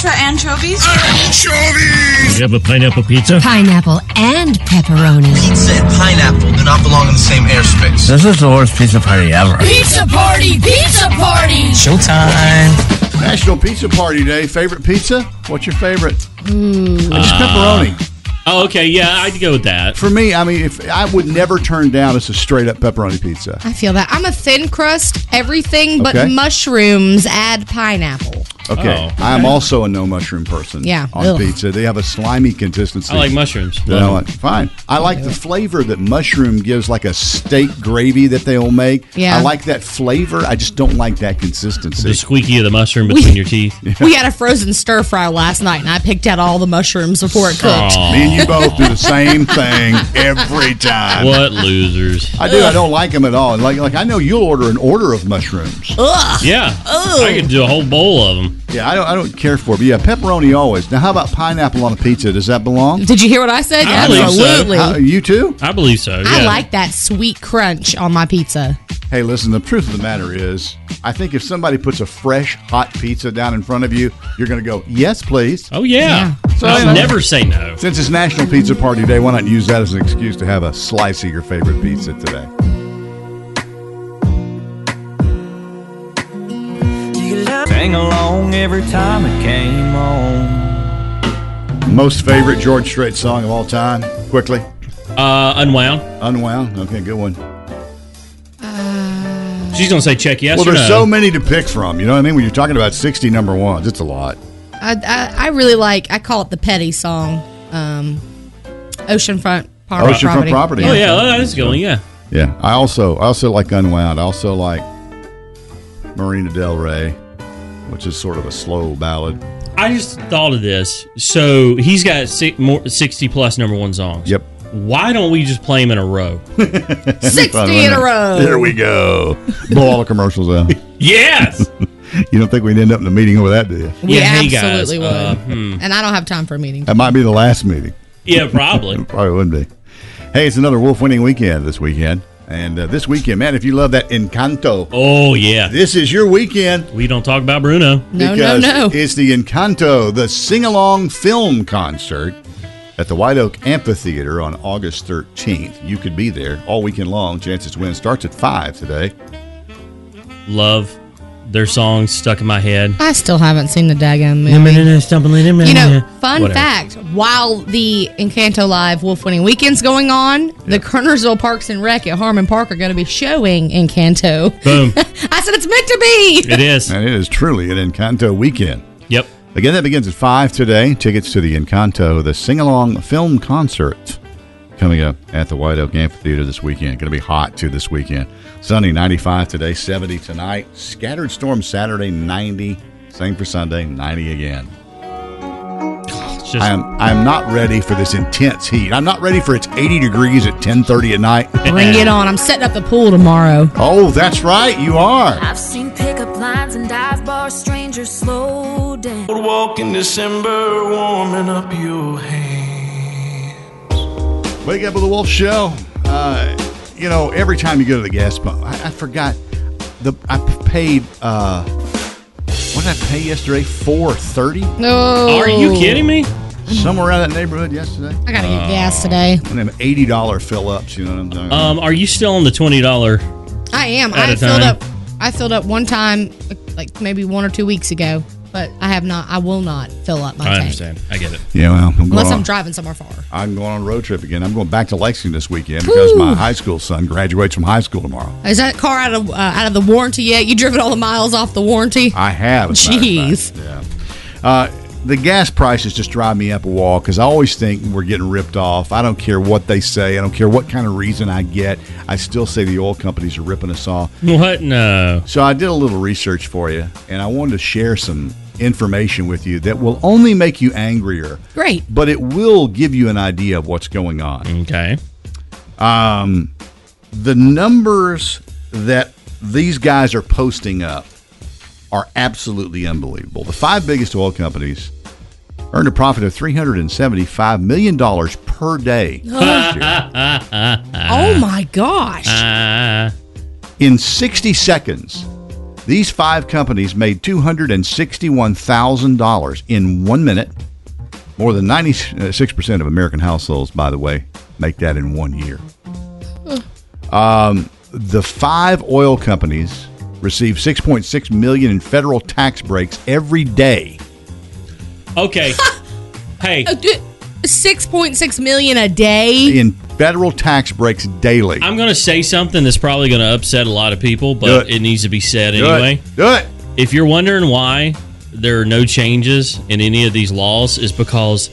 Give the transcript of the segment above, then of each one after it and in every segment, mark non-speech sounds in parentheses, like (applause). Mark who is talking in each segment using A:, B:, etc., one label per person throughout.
A: for anchovies?
B: You have a pineapple pizza?
C: Pineapple and pepperoni.
D: Pizza and pineapple do not belong in the same airspace.
E: This is the worst pizza party ever.
F: Pizza party! Pizza party!
D: Showtime.
G: National Pizza Party Day. Favorite pizza? What's your favorite? It's
D: Uh,
G: pepperoni.
B: Oh, okay. Yeah, I'd go with that.
G: For me, I mean, if I would never turn down just a straight up pepperoni pizza.
C: I feel that. I'm a thin crust, everything but
G: Okay.
C: mushrooms, add pineapple.
G: Okay,
B: Oh.
G: I am also a no mushroom person.
C: Yeah.
G: on
C: Ugh.
G: pizza, they have a slimy consistency.
B: I like mushrooms.
G: That I like. Fine. I like the flavor that mushroom gives, like a steak gravy that they'll make.
C: Yeah.
G: I like that flavor. I just don't like that consistency.
B: The squeaky of the mushroom between your
G: (laughs)
B: teeth.
C: We had a frozen stir fry last night and I picked out all the mushrooms before it cooked.
B: Aw,
G: Me and you both do the same thing every time.
B: what losers.
G: I do. I don't like them at all. Like, like I know you'll order an order of mushrooms.
B: Yeah. I could do a whole bowl of them.
G: Yeah, I don't. I don't care for. It, but yeah, pepperoni always. Now, how about pineapple on a pizza? Does that belong?
C: Did you hear what I said?
B: I believe so.
C: Absolutely.
G: How- you too?
B: I believe so. Yeah.
C: I like that sweet crunch on my pizza.
G: Hey, listen. The truth of the matter is, I think if somebody puts a fresh hot pizza down in front of you, you're going to go, "Yes, please."
B: Oh yeah.
G: So, you know.
B: I'll never say no.
G: Since it's National Pizza Party Day, why not use that as an excuse to have a slice of your favorite pizza today?
D: Sang along every time it came on.
G: Most favorite George Strait song of all time? Quickly.
B: Uh, unwound.
G: Unwound. Okay, good one.
B: She's gonna say check yes
G: well,
B: or
G: there's
B: no.
G: so many to pick from. You know what I mean? When you're talking about 60 number ones, it's a lot.
C: I, I, I really like, I call it the petty song, um, Oceanfront Par-
G: Oceanfront Property.
B: oh yeah, well, that is going. Yeah.
G: Yeah. I also I also like Unwound. I also like Marina Del Rey, which is sort of a slow ballad.
B: I just thought of this. So he's got six, more, sixty plus number one songs.
G: Yep. (laughs)
B: Why don't we just play them in a row? (laughs)
C: 60 in a row.
G: There we go. Blow all the commercials out.
B: yes.
G: You don't think we'd end up in a meeting over that, do you?
C: We
B: Yeah, hey, guys,
C: absolutely would.
B: uh, hmm.
C: And I don't have time for a meeting.
G: That might be the last meeting.
B: Yeah,
G: (laughs)
B: probably.
G: Probably wouldn't be. Hey, it's another Wolf winning weekend this weekend. And uh, this weekend, man, if you love that Encanto,
B: Oh yeah.
G: this is your weekend.
B: We don't talk about Bruno.
C: No, no,
G: because
C: no.
G: It's the Encanto, the sing along film concert at the White Oak Amphitheater on August 13th. You could be there all weekend long. Chances to win starts at 5 today.
B: Love their songs stuck in my head.
C: I still haven't seen the daggone movie. You know, fun
B: Whatever.
C: fact: while the Encanto Live Wolf Winning Weekend's going on, the Kernersville Parks and Rec at Harmon Park are going to be showing Encanto.
B: Boom.
C: I said it's meant to be.
B: It
G: (laughs)
B: is.
G: And it is truly an Encanto weekend.
B: Yep.
G: Again, that begins at 5 today. Tickets to the Encanto, the sing along film concert coming up at the White Oak Amphitheater this weekend. Going to be hot too this weekend. Sunday, 95 today, 70 tonight. Scattered storm Saturday, 90. Same for Sunday, 90 again.
B: It's just
G: I am I am not ready for this intense heat. I'm not ready for it's 80 degrees at 10:30 at night.
C: Bring it on! I'm setting up the pool tomorrow.
G: Oh, that's right, you are.
F: I've seen pickup lines and dive bar strangers slow down.
D: Would walk in December, warming up your hand.
G: Wake up with the Wolf Show. Uh, you know, every time you go to the gas pump, I, I forgot the I paid. Uh, what did I pay yesterday? 4:30,
C: No,
B: Are you kidding me?
G: somewhere around that neighborhood yesterday.
C: Oh. I gotta get gas
B: Oh.
C: today.
G: And them $80 fill ups. You know what I'm talking about?
B: Um, are you still on the twenty dollar?
C: I am.
B: At
C: I
B: a
C: filled
B: time.
C: up. I filled up one time, like maybe one or two weeks ago. but I have not. I will not fill up my
B: I
C: tank
B: understand. I get it.
G: Yeah, well, I'm going
C: unless I'm
G: on-
C: driving somewhere far.
G: I'm going on a road trip again. I'm going back to Lexington this weekend because my high school son graduates from high school tomorrow.
C: Is that car out of uh, out of the warranty yet? You driven all the miles off the warranty?
G: I have. as a matter of
C: Jeez.
G: fact. Yeah. Uh, the gas prices just drive me up a wall because I always think we're getting ripped off. I don't care what they say. I don't care what kind of reason I get. I still say the oil companies are ripping us off.
B: What? No.
G: So I did a little research for you, and I wanted to share some information with you that will only make you angrier,
C: Great.
G: but it will give you an idea of what's going on.
B: Okay.
G: the numbers that these guys are posting up are absolutely unbelievable. The five biggest oil companies earned a profit of $375 million per day last year.
C: oh my gosh.
B: Uh,
G: In 60 seconds, these five companies made $261,000 in one minute. More than 96% of American households, by the way, make that in one year. Um, the five oil companies receive 6.6 million in federal tax breaks every day.
B: okay. hey,
C: Uh, Six point six million a day.
G: In federal tax breaks daily.
B: I'm going to say something that's probably going to upset a lot of people, but
G: Do
B: it.
G: it.
B: needs to be said
G: Do it.
B: anyway.
G: do it.
B: If you're wondering why there are no changes in any of these laws, is because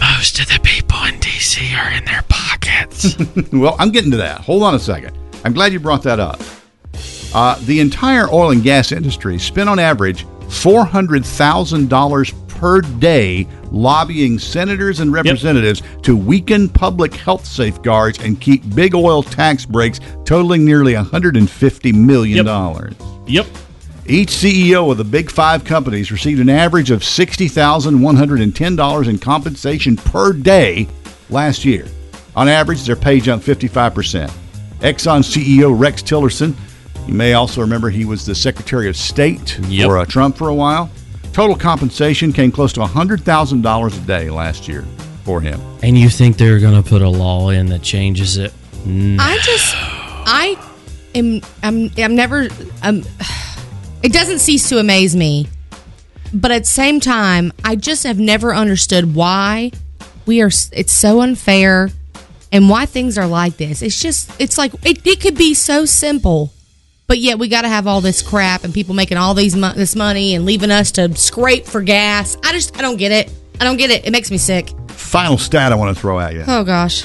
B: most of the people in DC are in their
G: (laughs)
B: pockets.
G: Well, I'm getting to that. Hold on a second. I'm glad you brought that up. Uh, the entire oil and gas industry spent on average $400,000 per day lobbying senators and representatives to weaken public health safeguards and keep big oil tax breaks totaling nearly $150 million.
B: yep.
G: Each CEO of the big five companies received an average of $60,110 in compensation per day last year. On average, their pay jumped 55%. Exxon CEO Rex Tillerson, you may also remember he was the Secretary of State
B: Yep.
G: for uh, Trump for a while. Total compensation came close to $100,000 a day last year for him.
B: And you think they're going to put a law in that changes it?
C: I just I am I'm I'm never um it doesn't cease to amaze me. But at the same time, I just have never understood why we are s- it's so unfair and why things are like this. It's just it's like it, it could be so simple. But yet we got to have all this crap and people making all these mo- this money and leaving us to scrape for gas. I just I don't get it. I don't get it. It makes me sick.
G: Final stat I want to throw at you.
C: Oh gosh.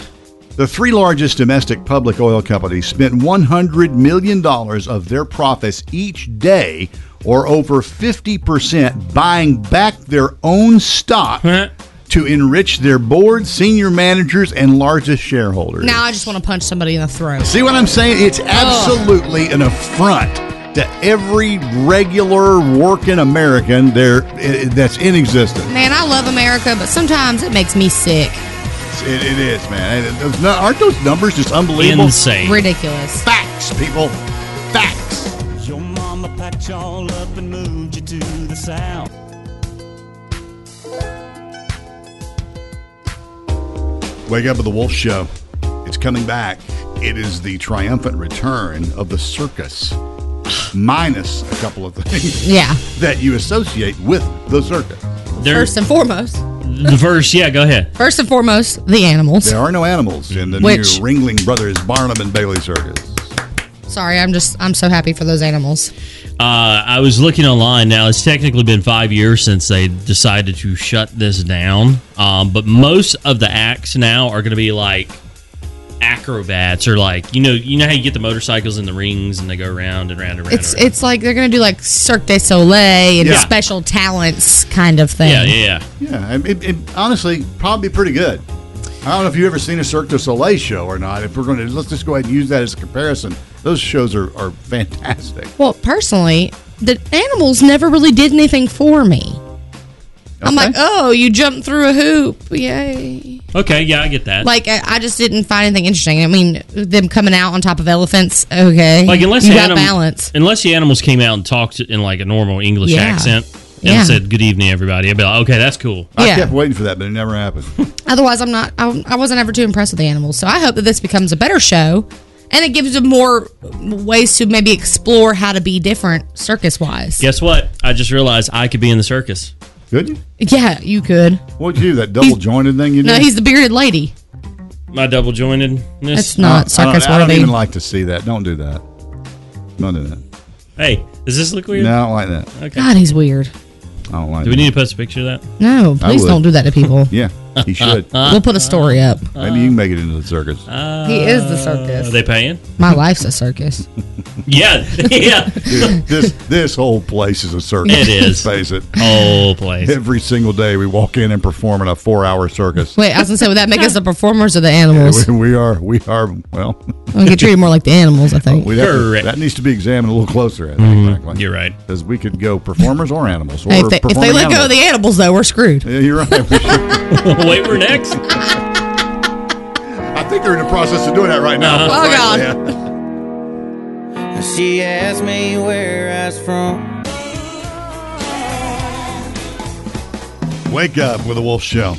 G: The three largest domestic public oil companies spent $100 million of their profits each day, or over 50%, buying back their own stock
B: Huh?
G: to enrich their board, senior managers, and largest shareholders.
C: Now I just want to punch somebody in the throat.
G: See what I'm saying? It's absolutely an affront to every regular working American there eh, that's in existence.
C: Man, I love America, but sometimes it makes me sick.
G: It, it is, man. Eh, those nu- Aren't those numbers just unbelievable?
B: Insane.
C: Ridiculous.
G: Facts, people. Facts.
H: Your mama packed y'all up and moved you to the south.
G: Wake Up with the Wolf Show. It's coming back. It is the triumphant return of the circus, minus a couple of things
C: (laughs) Yeah.
G: that you associate with the circus.
B: They're-
C: First and foremost,
B: the verse, yeah, go ahead.
C: first and foremost, the animals.
G: There are no animals in the
C: Which-
G: new Ringling Brothers Barnum and Bailey Circus.
C: Sorry, I'm just I'm so happy for those animals.
B: Uh, I was looking online. Now it's technically been five years since they decided to shut this down, um, but most of the acts now are going to be like acrobats or like you know you know how you get the motorcycles in the rings and they go round and round and round.
C: It's
B: and round.
C: it's like they're gonna do like Cirque du Soleil and
G: Yeah.
C: special talents kind of thing.
B: yeah, yeah, yeah.
G: Yeah, it, it, it honestly probably pretty good. I don't know if you've ever seen a Cirque du Soleil show or not. If we're going to let's just go ahead and use that as a comparison. Those shows are, are fantastic.
C: Well, personally, the animals never really did anything for me. I'm like, oh, you jumped through a hoop, yay!
B: Okay, yeah, I get that. Like,
C: Like I, I just didn't find anything interesting. I mean, them coming out on top of elephants, okay?
B: unless
C: you
B: the
C: got
B: anim-
C: balance.
B: unless the animals came out and talked in like a normal English
C: Yeah.
B: accent and
C: Yeah.
B: said good evening everybody, I'd be like, okay, that's cool.
G: I
C: Yeah.
G: kept waiting for that, but it never happened.
C: Otherwise, I'm not. I, I wasn't ever too impressed with the animals. So I hope that this becomes a better show, And it gives them more ways to maybe explore how to be different circus wise.
B: Guess what? I just realized I could be in the circus.
G: Could you?
C: Yeah, you could.
G: What'd you do? That double jointed thing you did?
C: No, he's the bearded lady.
B: My double jointedness.
C: That's not
G: I don't,
C: circus
G: I don't
C: worthy.
G: even like to see that. Don't do that. Don't do that.
B: Hey, does this look weird?
G: No, I don't like that.
B: Okay.
C: God, he's weird.
G: I don't like
B: Do we
G: that.
B: need to post a picture of that?
C: No,
G: I
C: please
G: would.
C: don't do that to
G: (laughs)
C: people.
G: Yeah, he should.
C: we'll put a story up.
G: Maybe you can make it into
B: (laughs)
G: the circus.
C: he is the
B: Are
C: circus.
B: they
G: (laughs)
B: paying?
C: My life's a circus.
B: Yeah, (laughs) yeah.
G: Dude, this this whole place is a circus.
B: It is.
G: Let's face it.
B: Whole
G: (laughs)
B: place.
G: Every single day we walk in and perform in a four hour circus.
C: Wait, I was gonna say, would that make
G: (laughs)
C: us the performers or the animals?
G: We, we are we are well.
C: We get treated more like the animals, I think.
G: we'd have to-
B: Correct. Mm-hmm.
G: that needs to be examined a little closer. I think, frankly.
B: You're right. (laughs)
G: Because we could go performers or animals. Or
C: Hey, if, they, if they
G: performing
C: let go of the
G: animals. (laughs)
C: animals, though, we're screwed.
G: Yeah, you're right.
C: (laughs)
B: Wait, we're next.
G: I think they're in the process of doing that right now.
C: Oh, God. (laughs)
G: Yeah.
H: She asked me where I was from.
G: Wake up with a wolf show.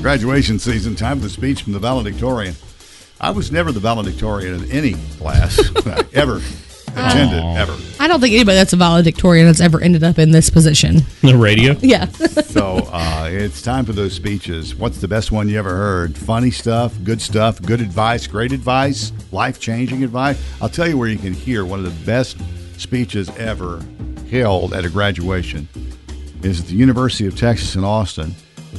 G: Graduation season, time for the speech from the valedictorian. I was never the valedictorian in any class (laughs) I ever attended, ever.
C: I don't think anybody that's a valedictorian has ever ended up in this position.
B: The radio.
C: Yeah.
G: So uh, it's time for those speeches. What's the best one you ever heard? Funny stuff, good stuff, good advice, great advice, life changing advice. I'll tell you where you can hear one of the best speeches ever held at a graduation is at the University of Texas in Austin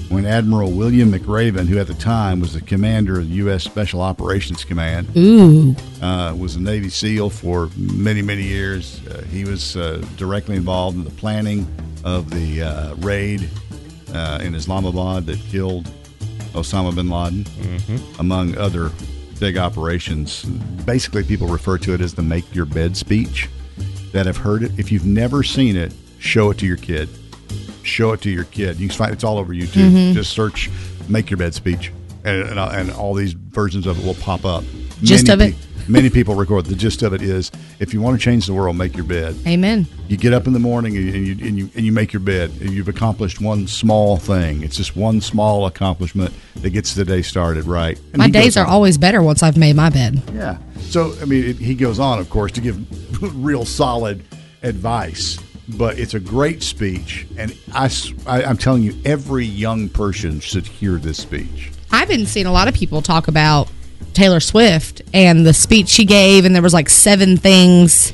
G: when Admiral William McRaven, who at the time was the commander of the U.S. Special Operations Command,
C: Ooh.
G: uh, was a Navy SEAL for many, many years. Uh, he was uh, directly involved in the planning of the uh, raid uh, in Islamabad that killed Osama bin Laden, among other big operations. Basically, people refer to it as the make your bed speech that have heard it. If you've never seen it, show it to your kid. Show it to your kid. You can find it's all over YouTube.
C: Mm-hmm.
G: Just search "Make Your Bed" speech, and, and and all these versions of it will pop up.
C: Gist of it?
G: pe- many people record the gist of it is: if you want to change the world, make your bed.
C: Amen.
G: You get up in the morning and you and you and you make your bed. And you've accomplished one small thing. It's just one small accomplishment that gets the day started right. And
C: My
G: he goes
C: days are
G: on.
C: always better once I've made my bed.
G: Yeah. So, I mean, it, he goes on, of course, to give (laughs) real solid advice, but it's a great speech. And I, s- I, am telling you, every young person should hear this speech.
C: I've been seeing a lot of people talk about Taylor Swift and the speech she gave, and there was like seven things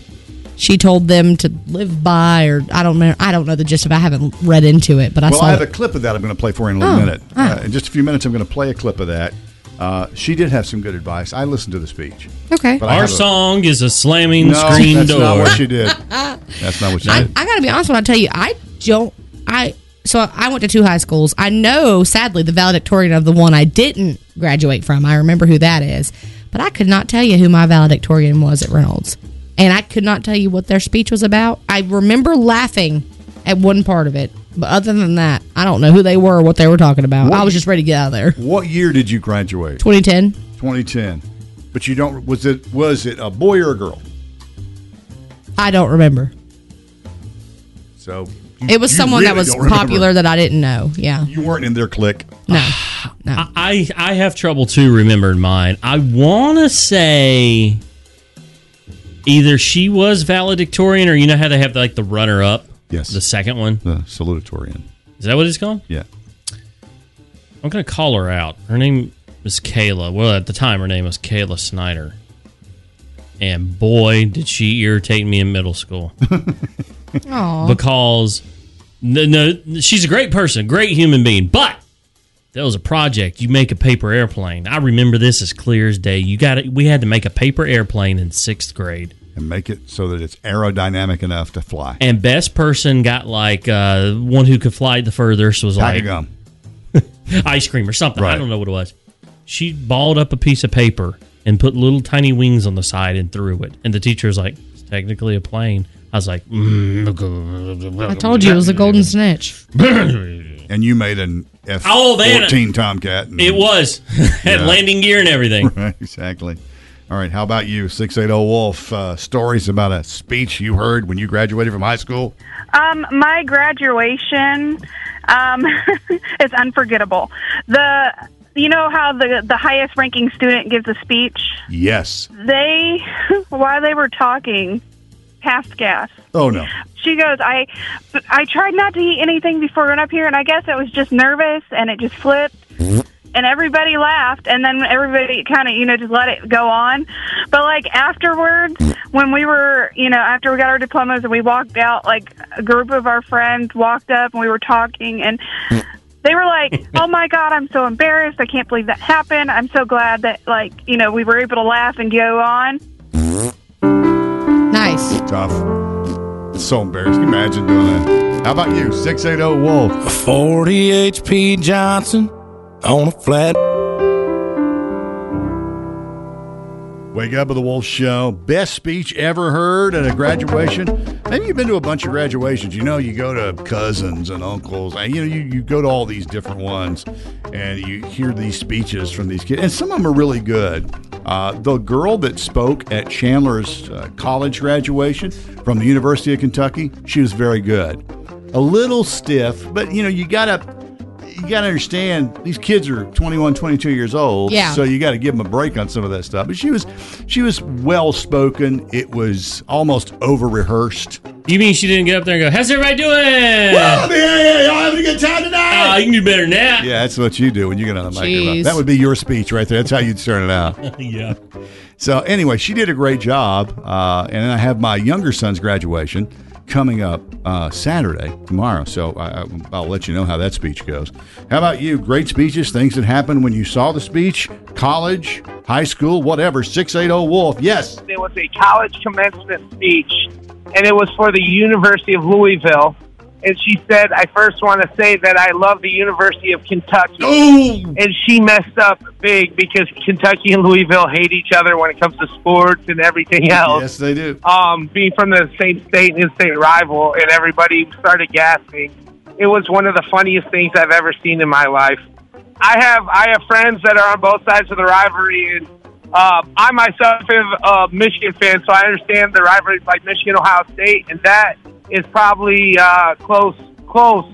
C: she told them to live by, or I don't know. I don't know the gist of. it. I haven't read into it, but I
G: well,
C: saw
G: I have a
C: it.
G: clip of that I'm going to play for you in a little
C: Oh,
G: minute. Uh, in just a few minutes, I'm going to play a clip of that. Uh, she did have some good advice. I listened to the speech.
C: okay.
G: But I
B: Our
G: have a-
B: song is a slamming
G: No,
B: screen
G: that's
B: door.
G: not what she did. That's not what she
C: I,
G: did.
C: I gotta be honest when I tell you, I don't. I so I went to two high schools. I know, sadly, the valedictorian of the one I didn't graduate from. I remember who that is, but I could not tell you who my valedictorian was at Reynolds, and I could not tell you what their speech was about. I remember laughing at one part of it, but other than that, I don't know who they were or what they were talking about. I was just ready to get out of there.
G: what year did you graduate?
C: 2010.
G: 2010. But you don't. Was it was it a boy or a girl?
C: I don't remember.
G: So
C: It was
G: you
C: someone that
G: really
C: was
G: don't remember.
C: popular that I didn't know. Yeah.
G: You weren't in their clique.
C: No.
G: (sighs)
C: No.
B: I I have trouble too remembering mine. I want to say either she was valedictorian or you know how they have like the runner up.
G: Yes.
B: The second one.
G: The salutatorian.
B: Is that what it's called?
G: Yeah.
B: I'm going to call her out. Her name is Kayla. Well, at the time her name was Kayla Snyder. And boy, did she irritate me in middle school.
C: Aw.
B: because no, no, she's a great person, great human being, but that was a project. You make a paper airplane. I remember this as clear as day. You got We had to make a paper airplane in sixth grade,
G: And make it so that it's aerodynamic enough to fly.
B: and best person got like uh, one who could fly the furthest was like
G: Pack of gum.
B: ice cream or something. I
G: Right.
B: don't know what it was. She balled up a piece of paper and put little tiny wings on the side and threw it. And the teacher was like, "It's technically a plane." I was like, "Mm-hmm."
C: I told you it was a golden snitch.
G: And you made an F
B: Oh, man.
G: 14 Tomcat. and-
B: "It was (laughs) had
G: Yeah.
B: landing gear and everything."
G: Right, (laughs) exactly. All right. How about you, 680 Wolf? Uh, stories about a speech you heard when you graduated from high school?
A: Um,
I: (laughs)
A: my graduation um, is unforgettable. The
I: you know how the the highest ranking student gives a speech?
G: Yes.
I: They (laughs) while they were talking, passed gas.
G: Oh no.
I: She goes, I I tried not to eat anything before going up here, and I guess I was just nervous, and it just flipped. And everybody laughed, and then everybody kind of, you know, just let it go on. But like afterwards, when we were, you know, after we got our diplomas and we walked out, like a group of our friends walked up and we were talking, and they were like, "Oh my god, I'm so embarrassed. I can't believe that happened. I'm so glad that like, you know, we were able to laugh and go on."
C: Nice.
G: Tough. It's so embarrassing. Imagine doing that. How about you? 680
J: A
G: Wolf.
J: 40 HP Johnson on a flat.
G: Wake up with the Wolf Show. Best speech ever heard at a graduation. Maybe you've been to a bunch of graduations. You know, you go to cousins and uncles, and you know, you, you go to all these different ones, and you hear these speeches from these kids, and some of them are really good. Uh, the girl that spoke at Chandler's uh, college graduation from the University of Kentucky, she was very good. A little stiff, but you know, you gotta you got to understand these kids are 21 22 years old
C: Yeah.
G: so you got to give them a break on some of that stuff but she was she was well spoken it was almost over rehearsed (laughs)
B: you mean she didn't get up there and go how's everybody doing yeah,
G: yeah, y'all having a good time tonight
B: oh you can do better than that
G: yeah that's what you do when you get on the microphone
B: Jeez.
G: that would be your speech right there that's how you'd turn it out
B: yeah
G: So anyway, she did a great job, uh, and I have my younger son's graduation coming up uh, Saturday tomorrow. So I, I- I'll let you know how that speech goes. How about you? Great speeches, things that happened when you saw the speech, college, high school, whatever. Six eight zero Wolf. Yes.
K: There was a college commencement speech, and it was for the University of Louisville. And she said, I first want to say that I love the University of Kentucky. And she messed up big because Kentucky and Louisville hate each other when it comes to sports and everything else.
G: Yes, they do.
K: Um, being from the same state and state rival, and everybody started gasping. It was one of the funniest things I've ever seen in my life. I have I have friends that are on both sides of the rivalry, and uh, I myself am a Michigan fan, so I understand the rivalries like Michigan, Ohio State, and that is probably uh, close, close,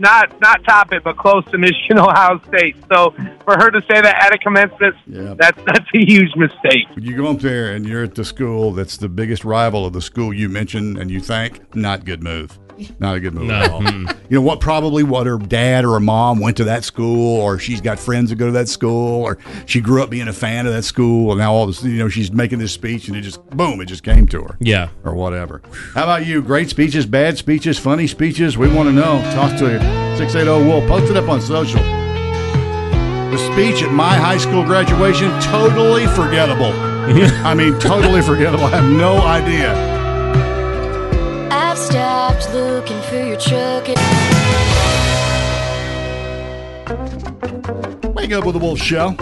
K: not not top it, but close to Michigan, (laughs) Ohio State. So for her to say that at a commencement, that's that's a huge mistake.
G: You go up there and you're at the school that's the biggest rival of the school you mentioned, and you think not good move. Not a good move
B: No.
G: at all.
B: Hmm.
G: you know what? Probably what her dad or her mom went to that school, or she's got friends that go to that school, or she grew up being a fan of that school, and now all this, you know, she's making this speech, and it just boom, it just came to her.
B: yeah
G: or whatever. How about you? Great speeches, bad speeches, funny speeches. We want to know. Talk to you. 680 Wolf. Post it up on social. The speech at my high school graduation, totally forgettable. I mean, totally forgettable. I have no idea.
L: I've stopped looking for your truck.
G: Wake up with the Wolf Show.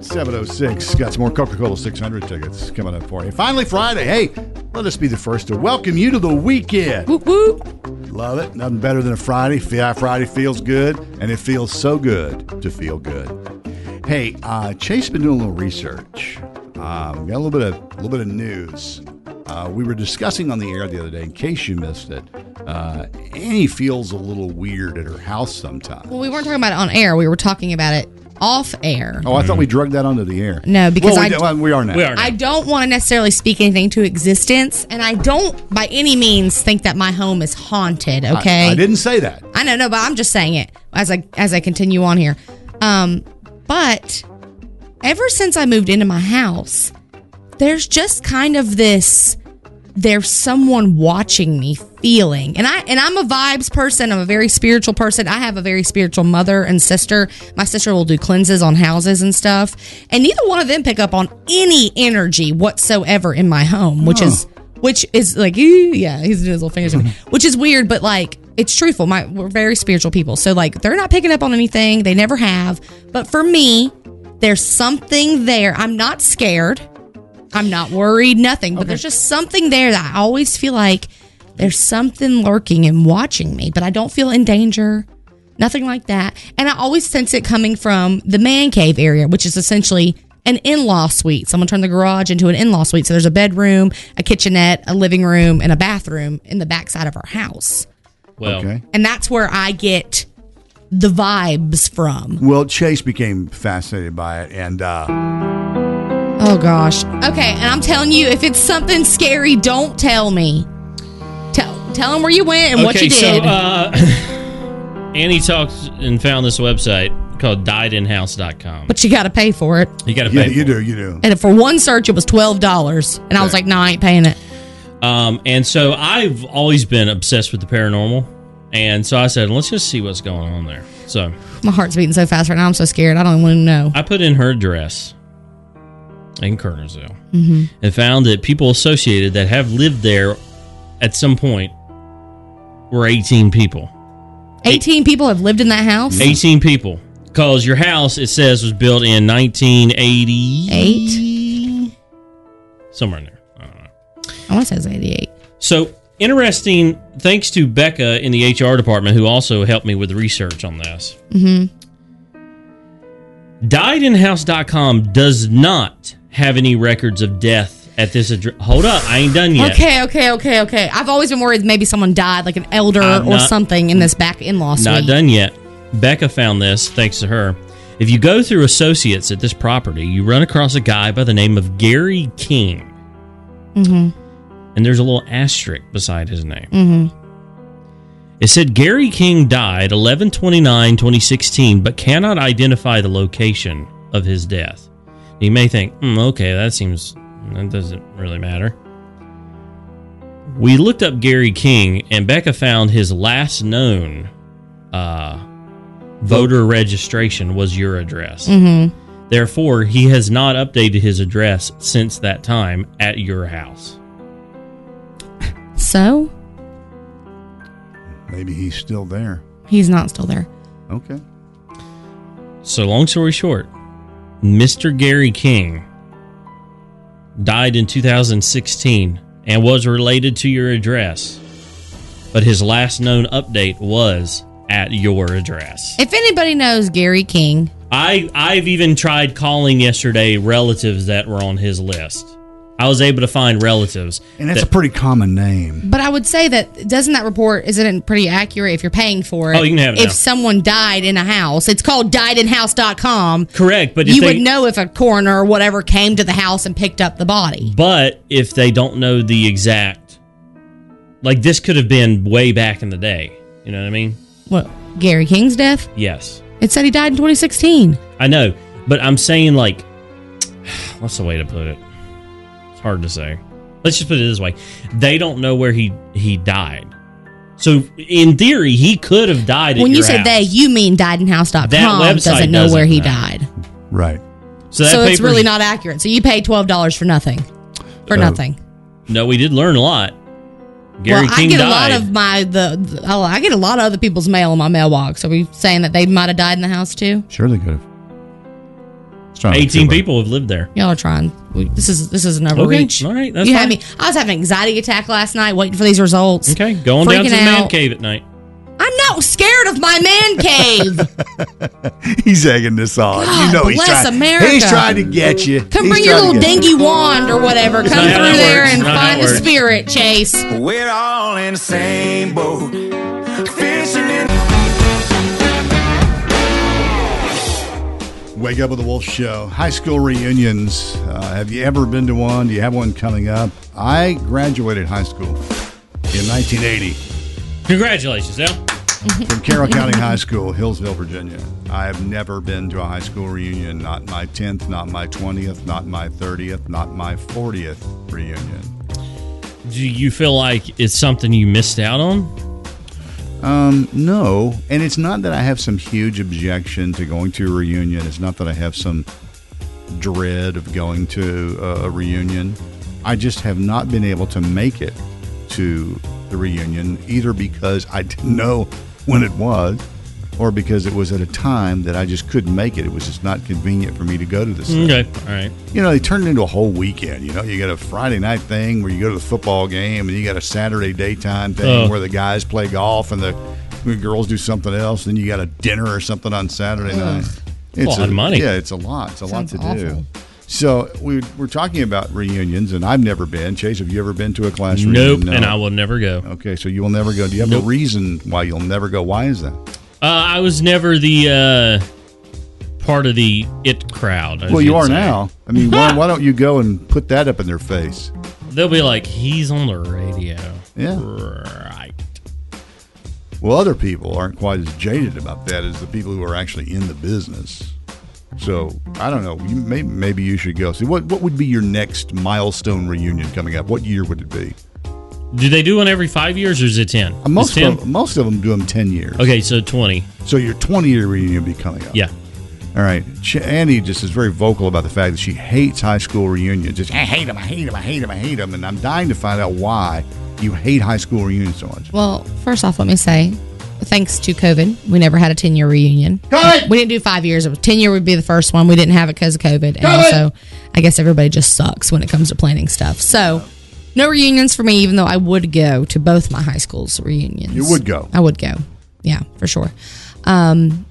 G: 706. Got some more Coca Cola 600 tickets coming up for you. Finally, Friday. Hey, let us be the first to welcome you to the weekend.
C: Whoop, whoop.
G: Love it. Nothing better than a Friday. Fi- Friday feels good, and it feels so good to feel good. Hey, uh, Chase's been doing a little research. Um, got a little bit of a little bit of news. Uh, we were discussing on the air the other day. In case you missed it, uh, Annie feels a little weird at her house sometimes.
C: Well, we weren't talking about it on air. We were talking about it off air.
G: Oh, I thought we drugged that onto the air.
C: No, because
G: Well, we,
C: I-
G: did- well, we are now.
C: I don't want to necessarily speak anything to existence, and I don't by any means think that my home is haunted.
G: I-
C: Okay,
G: I didn't say that.
C: I know, no, but I'm just saying it as I as I continue on here. Um, but ever since I moved into my house, there's just kind of this there's someone watching me feeling. And I and I'm a vibes person, I'm a very spiritual person. I have a very spiritual mother and sister. My sister will do cleanses on houses and stuff. And neither one of them pick up on any energy whatsoever in my home, which is which is like "Ew," yeah, he's doing his little fingers, at me. (laughs) which is weird, but like it's truthful. My we're very spiritual people, so like they're not picking up on anything. They never have. But for me, there's something there. I'm not scared. I'm not worried. Nothing. But there's just something there that I always feel like there's something lurking and watching me. But I don't feel in danger. Nothing like that. And I always sense it coming from the man cave area, which is essentially an in law suite. Someone turned the garage into an in law suite. So there's a bedroom, a kitchenette, a living room, and a bathroom in the backside of our house.
B: well
C: And that's where I get the vibes from.
G: Well, Chase became fascinated by it, and uh,
C: Oh gosh. Okay, and I'm telling you, if it's something scary, don't tell me. Tell tell them where you went and
B: okay,
C: what you did.
B: So, uh, (laughs) Annie talked and found this website called diedinhouse.com.
C: but you got to pay for it.
B: You got to
G: Yeah,
B: pay.
G: you
B: for
G: do, you do.
C: And for one search, it was twelve dollars, and I was like, "No, I ain't paying it."
B: Um, and so I've always been obsessed with the paranormal, and so I said, let's just see what's going on there. So
C: My heart's beating so fast right now. I'm so scared. I don't even want to know.
B: I put in her address in Kernersville
C: Mhm.
B: and found that people associated that have lived there at some point were 18 people.
C: Eighteen people have lived in that house.
B: 18 people. Because your house, it says, was built in 1988,
C: Eight.
B: somewhere in there.
C: I want to say it's eighty-eight.
B: So interesting. Thanks to Becca in the HR department, who also helped me with research on this.
C: Mm-hmm.
B: Diedinhouse.com does not have any records of death at this address. Hold up, I ain't done yet.
C: Okay, okay, okay, okay. I've always been worried maybe someone died, like an elder
B: I'm
C: or
B: not-
C: something, in this back in-law suite.
B: Not done yet. Becca found this thanks to her. If you go through associates at this property, you run across a guy by the name of Gary King,
C: Mm-hmm.
B: and there's a little asterisk beside his name.
C: Mm-hmm.
B: It said Gary King died 11/29/2016 but cannot identify the location of his death. You may think, hmm, okay, that seems that doesn't really matter. We looked up Gary King and Becca found his last known uh, voter registration was your address.
C: Mm-hmm.
B: Therefore, he has not updated his address since that time at your house.
C: So
G: maybe he's still there.
C: he's not still there.
G: Okay.
B: So, long story short, Mr. Gary King died in 2016 and was related to your address, but his last known update was at your address.
C: If anybody knows Gary King,
B: I I've even tried calling yesterday relatives that were on his list. I was able to find relatives,
G: And that's
B: that-
G: a pretty common name.
C: But I would say that doesn't that report isn't it pretty accurate if you're paying for it?
B: Oh, you can have it
C: If
B: now.
C: someone died in a house, it's called diedinhouse.com.
B: correct. But if
C: you
B: they,
C: would know if a coroner or whatever came to the house and picked up the body.
B: But if they don't know the exact, like this could have been way back in the day. You know what I mean?
C: What Gary King's death?
B: Yes,
C: It said he died in 2016.
B: I know. But I'm saying like, (sighs) what's the way to put it? It's hard to say. Let's just put it this way: they don't know where he he died. So in theory, he could have died. at
C: When you
B: your
C: say
B: house.
C: they, you mean diedinhouse.com
B: That website
C: doesn't know
B: doesn't
C: where he
B: know.
C: died.
G: Right. (laughs)
B: so, that
C: So it's
B: paper's-
C: really not accurate. So you paid $12 for nothing. For
B: Oh.
C: nothing.
B: No, we did learn a lot. Gary
C: well,
B: King
C: I get
B: died.
C: a lot of my the, the oh, I get a lot of other people's mail in my mailbox. Are we saying that they might have died in the house too?
G: Sure, they could have. It's
D: Oh,
G: trying to look
B: Eighteen
G: too
B: people have lived there.
C: Y'all are trying. This is this is an
B: Okay,
C: overreach.
B: all right, that's
C: you
B: fine.
C: had me. I was having an anxiety attack last night, waiting for these results.
B: Okay, going down
C: Freaking
B: to the man
C: out.
B: cave at night.
C: I'm not scared of my
B: (laughs)
C: man cave.
G: bad. he's egging this on. you
C: God
G: know he's
C: bless
G: trying.
C: America.
G: He's trying to get you.
C: Come
G: He's
C: bring your
G: trying to
C: little
G: get you.
C: dingy wand or whatever.
G: It's
C: Come
G: not how
C: through
G: that
C: there
G: works.
C: and
G: It's not how
C: find
G: it
C: the
G: works.
C: spirit, Chase.
D: We're all in the same boat. Fishing in.
G: Wake Up with the Wolf Show. High school reunions. Uh, have you ever been to one? Do you have one coming up? I graduated high school in 1980
B: Congratulations, Al.
G: from
C: (laughs)
G: Carroll County High School, Hillsville, Virginia. I have never been to a high school reunion. Not my 10th, not my 20th, not my 30th, not my 40th reunion.
B: Do you feel like it's something you missed out on?
G: Um, no, and it's not that I have some huge objection to going to a reunion. It's not that I have some dread of going to a, a reunion. I just have not been able to make it to the reunion either because I didn't know when it was or because it was at a time that I just couldn't make it. It was just not convenient for me to go to this thing
B: Okay, all right.
G: you know, they turned it into a whole weekend. You know, you got a Friday night thing where you go to the football game, and you got a Saturday daytime thing
B: Oh.
G: where the guys play golf and the, the girls do something else. Then you got a dinner or something on Saturday
B: Ugh.
G: night.
B: A lot of money.
G: Yeah, it's a lot. It's a
C: Sounds
G: lot to
C: awful.
G: do. So we we're talking about reunions, and I've never been. Chase, have you ever been to a class reunion?
B: Nope, and I will never go. Uh,
G: Okay, so you will never go. Do you have
B: Nope.
G: a reason why you'll never go? Why is that?
B: Uh, I was never the uh, part of the it crowd. as
G: Well, you
B: you'd
G: are
B: say.
G: now. I mean, why, why don't you go and put that up in their face?
B: They'll be like, he's on the radio.
G: Yeah.
B: Right.
G: Well, other people aren't quite as jaded about that as the people who are actually in the business. So I don't know. You may, maybe you should go. See what what would be your next milestone reunion coming up? What year would it be? Uh,
B: Do they do one every five years or is it 10? It's
G: Most
B: 10?
G: of them, most of them do them ten years.
B: Okay, so 20.
G: So your twenty year reunion would be coming up.
B: Yeah.
G: All right. Ch- Annie just is very vocal about the fact that she hates high school reunions. Just I hate them. I hate them. I hate them. I hate them. And I'm dying to find out why you hate high school reunions so much.
C: Well, first off, let me say, thanks to COVID, we never had a 10 year reunion. We didn't do five years. It was 10 year would be the first one. We didn't have it because of COVID. And
M: Got it.
C: also, I guess everybody just sucks when it comes to planning stuff. So, no reunions for me, even though I would go to both my high school's reunions.
G: You would go.
C: I would go. Yeah, for sure. Um,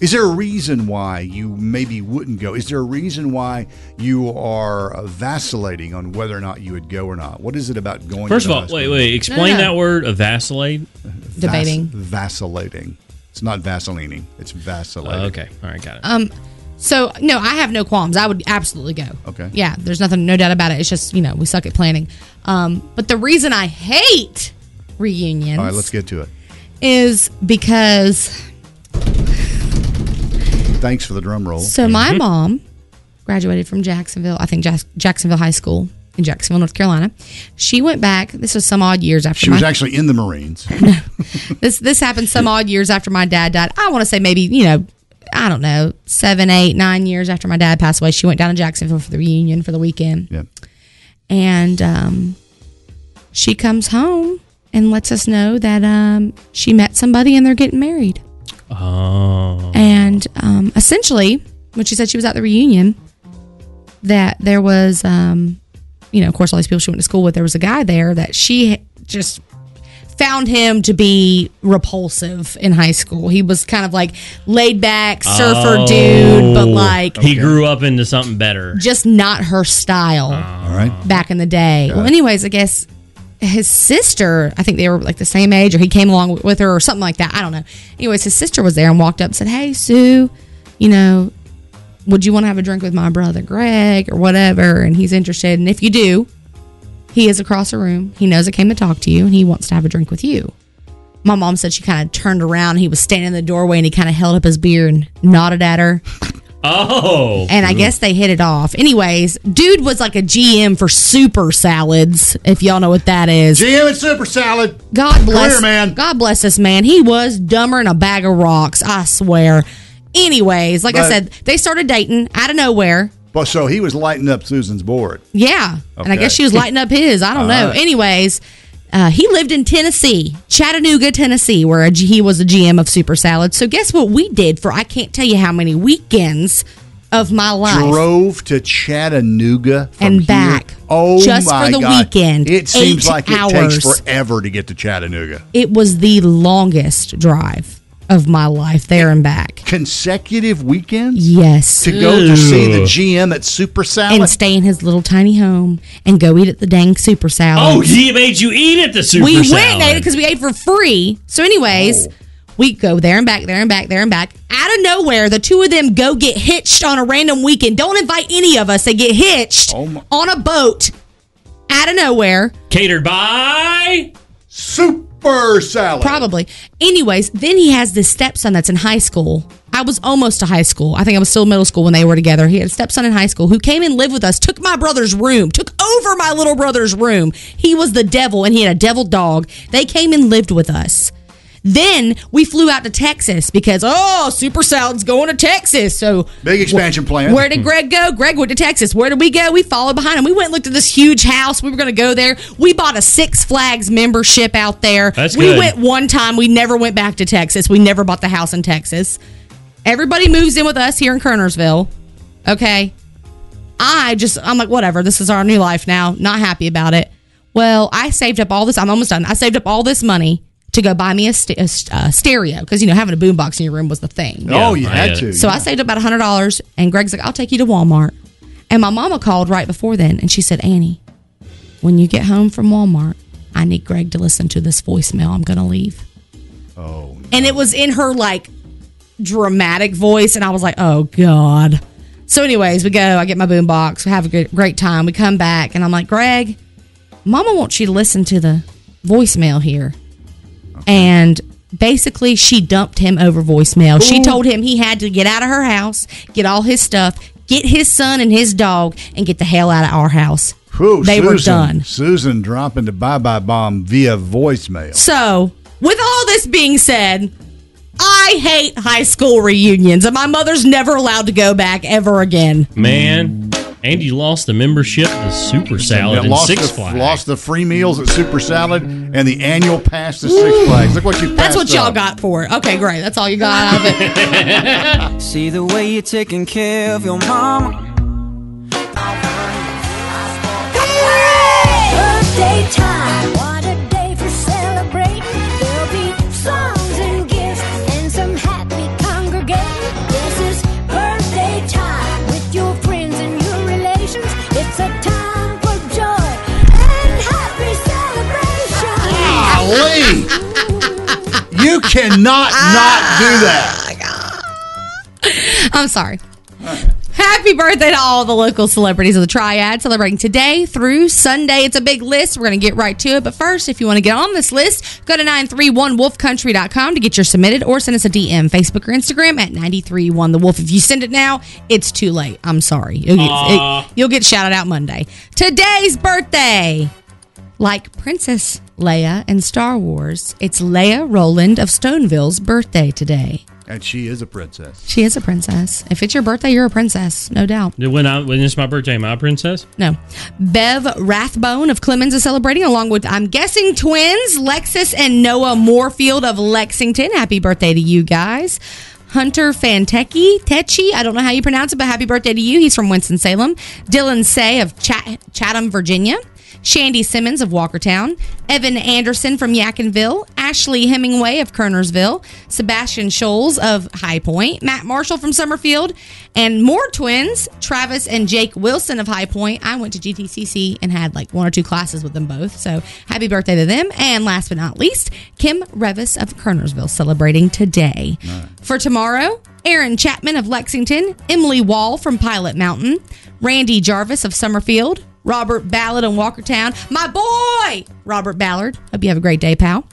G: Is there a reason why you maybe wouldn't go? Is there a reason why you are uh, vacillating on whether or not you would go or not? What is it about going?
B: First of
G: to the
B: all,
G: high
B: wait,
G: school?
B: wait. Explain
G: no.
B: that word, a vacillate.
G: Vac-
C: Debating.
G: vacillating. It's not vaselining. It's vacillating.
B: okay. All right. Got it.
C: um, so, no, I have no qualms. I would absolutely go.
G: okay.
C: Yeah, there's nothing, no doubt about it. It's just, you know, we suck at planning. Um, but the reason I hate reunions.
G: All right. Let's get to it.
C: is because
G: Thanks for the drum roll.
C: so my mom graduated from Jacksonville, I think Jack- Jacksonville High School in Jacksonville, North Carolina. She went back. This was some odd years after
G: She
C: my,
G: was actually in
C: (laughs)
G: the Marines.
C: this this happened some odd years after my dad died. I want to say maybe you know I don't know seven, eight, nine years after my dad passed away. She went down to Jacksonville for the reunion for the weekend.
G: Yep.
C: And um, she comes home and lets us know that um, she met somebody and they're getting married.
B: Oh.
C: And um, essentially, when she said she was at the reunion, that there was, um, you know, of course, all these people she went to school with, there was a guy there that she just found him to be repulsive in high school. He was kind of like laid back surfer
B: Oh.
C: dude, but like
B: He grew up into something better.
C: just not her style
G: All right.
C: back in the day.
B: Uh-huh. Got
C: Well,
B: it.
C: anyways, I guess his sister, I think they were like the same age, or he came along with her, or something like that. I don't know. Anyways, his sister was there and walked up and said, Hey, Sue, you know, would you want to have a drink with my brother Greg or whatever? And he's interested. And if you do, he is across the room. He knows I came to talk to you and he wants to have a drink with you. My mom said she kind of turned around. He was standing in the doorway and he kind of held up his beer and nodded at her.
B: Oh.
C: And I
G: Mm-hmm.
C: guess they hit it off. Anyways, dude was like a GM for super salads, if y'all know what that is.
G: GM and super salad.
C: God bless
G: Clear, man.
C: God bless this man. He was dumber than a bag of rocks, I swear. Anyways, like I
G: But-
C: said, they started dating out of nowhere.
G: But so he was lighting up Susan's board.
C: Yeah. And I
G: Okay.
C: guess she was lighting up his. I don't know.
G: All right.
C: Anyways, uh, he lived in Tennessee, Chattanooga, Tennessee, where a G- he was a GM of Super Salad. So guess what we did for I can't tell you how many weekends of my life.
G: Drove to Chattanooga from
C: And
G: here.
C: back.
G: Oh
C: Just for
G: my
C: the
G: God.
C: weekend.
G: It seems
C: Eight
G: like it takes
C: hours.
G: forever to get to Chattanooga.
C: It was the longest drive of my life there and back.
G: Consecutive weekends
C: Yes.
G: to go to see the GM at Super Salad.
C: and stay in his little tiny home and go eat at the dang super salad.
B: Oh, he made you eat at the super
C: we went
B: salad.
C: and ate it because we ate for free. So, anyways, we go there and back, there and back, there and back. Out of nowhere, the two of them go get hitched on a random weekend. Don't invite any of us. They get hitched on a boat out of nowhere.
B: Catered by
G: Super Salad.
C: Probably. Anyways, then he has this stepson that's in high school. I was almost to high school. I think I was still middle school when they were together. He had a stepson in high school who came and lived with us, took my brother's room, took over my little brother's room. He was the devil and he had a devil dog. They came and lived with us. Then we flew out to Texas because, oh, Super Salad's going to Texas. So
G: Big expansion plan.
C: where did Greg go? Greg went to Texas. Where did we go? We followed behind him. We went and looked at this huge house. We were going to go there. We bought a Six Flags membership out there.
B: That's
C: we
B: good.
C: went one time. We never went back to Texas. We never bought the house in Texas. Everybody moves in with us here in Kernersville. Okay. I just, I'm like, whatever. This is our new life now. Not happy about it. Well, I saved up all this. I'm almost done. I saved up all this money to go buy me a, st- a st- uh, stereo because, you know, having a boombox in your room was the thing.
G: Oh, you had to.
C: So I saved up about hundred dollars, and Greg's like, "I'll take you to Walmart." And my mama called right before then, and she said, "Annie, when you get home from Walmart, I need Greg to listen to this voicemail. I'm gonna leave."
G: Oh,
C: and it was in her like dramatic voice, and I was like, "Oh God." So, anyways, we go. I get my boombox. We have a good, great time. We come back, and I'm like, "Greg, Mama wants you to listen to the voicemail here." And basically, she dumped him over voicemail. She
M: Ooh.
C: told him he had to get out of her house, get all his stuff, get his son and his dog, and get the hell out of our house.
G: Whew,
C: they were
G: Susan-
C: done.
G: Susan dropping the bye bye bomb via voicemail.
C: So, with all this being said, I hate high school reunions, and my mother's never allowed to go back ever again.
B: Man, and you lost the membership to Super Salad and
G: lost,
B: Six
G: the,
B: Flags.
G: lost the free meals at Super Salad and the annual pass to Six Flags. Look what you
C: That's
G: passed
C: what y'all
G: up.
C: got for it. Okay, great. That's all you got out of it.
H: See the way you're taking care of your mama.
M: Birthday time, what a day for celebrating. There'll be songs and gifts and some happy congregating. This is birthday time with your friends and your relations. It's a time for joy and happy celebration.
G: Golly! you cannot not do
C: Ah.
G: that.
C: I'm sorry. Happy birthday to all the local celebrities of the Triad celebrating today through Sunday. It's a big list. We're going to get right to it. But first, if you want to get on this list, go to 931wolfcountry.com to get your submitted or send us a DM, Facebook or Instagram at 931 The Wolf. If you send it now, it's too late. I'm sorry. You'll get,
M: Aw.
C: it- you'll get shouted out Monday. Today's birthday. Like Princess Leia in Star Wars, it's Leia Roland of Stoneville's birthday today.
G: And she is a princess.
C: She is a princess. If it's your birthday, you're a princess, no doubt.
B: When I when it's my birthday, am I a princess?
C: No. Bev Rathbone of Clemens is celebrating, along with, I'm guessing, twins, Lexus and Noah Moorfield of Lexington. Happy birthday to you guys. Hunter Fantecchi, Techi, I don't know how you pronounce it, but happy birthday to you. He's from Winston-Salem. Dylan Say of Chat- Chatham, Virginia. Shandy Simmons of Walkertown, Evan Anderson from Yakinville, Ashley Hemingway of Kernersville, Sebastian Scholes of High Point, Matt Marshall from Summerfield, and more twins, Travis and Jake Wilson of High Point. I went to GTCC and had like one or two classes with them both. So happy birthday to them. And last but not least, Kim Revis of Kernersville celebrating today. For tomorrow, Aaron Chapman of Lexington, Emily Wall from Pilot Mountain, Randy Jarvis of Summerfield, Robert Ballard of Walkertown, my boy, Robert Ballard. Hope you have a great day, pal.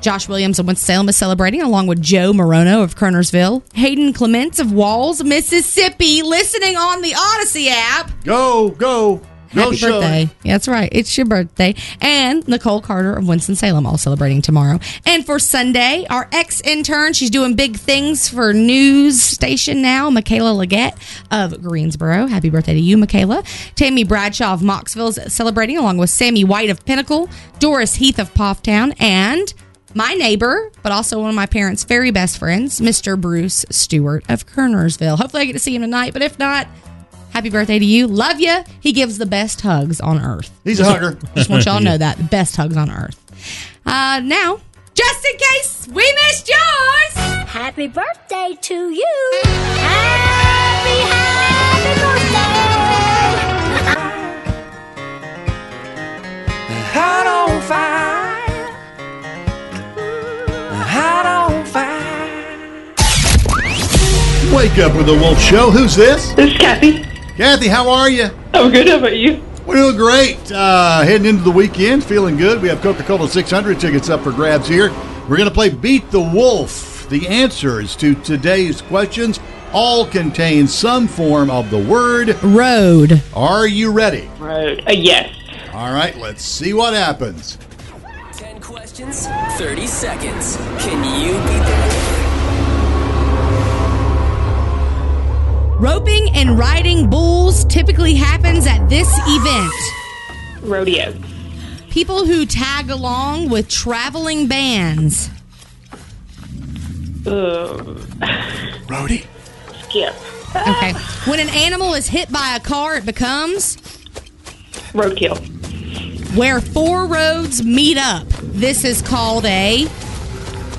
C: Josh Williams of Winston-Salem is celebrating, along with Joe Morono of Kernersville, Hayden Clements of Walls, Mississippi, listening on the Odyssey app.
G: Go, go, go,
C: Happy
G: show.
C: birthday. Yeah, that's right. It's your birthday. And Nicole Carter of Winston-Salem all celebrating tomorrow. And for Sunday, our ex-intern, she's doing big things for news station now, Michaela Leggett of Greensboro. Happy birthday to you, Michaela. Tammy Bradshaw of Moxville is celebrating along with Sammy White of Pinnacle, Doris Heath of Pofftown, and my neighbor, but also one of my parents' very best friends, Mr. Bruce Stewart of Kernersville. Hopefully I get to see him tonight, but if not, Happy birthday to you. Love you. He gives the best hugs on earth.
G: He's a hugger.
C: Just want y'all to know that. The best hugs on earth. Uh, now, just in case we missed yours.
M: Happy birthday to you. Happy, happy birthday.
H: Hot on fire. Hot on fire.
G: Wake up with the Wolf Show. Who's this? This is Kathy. Kathy, how are you? I'm good. How about you? We're doing great. Uh, heading into the weekend, feeling good. We have Coca Cola 600 tickets up for grabs here. We're going to play Beat the Wolf. The answers to today's questions all contain some form of the word
C: road.
G: Are you ready?
N: Road. Uh, yes.
G: All right, let's see what happens.
O: 10 questions, 30 seconds. Can you beat the
C: Roping and riding bulls typically happens at this event.
N: Rodeo.
C: People who tag along with traveling bands.
G: Rody.
N: Skip.
C: Okay. When an animal is hit by a car, it becomes
N: Roadkill.
C: where four roads meet up. This is called a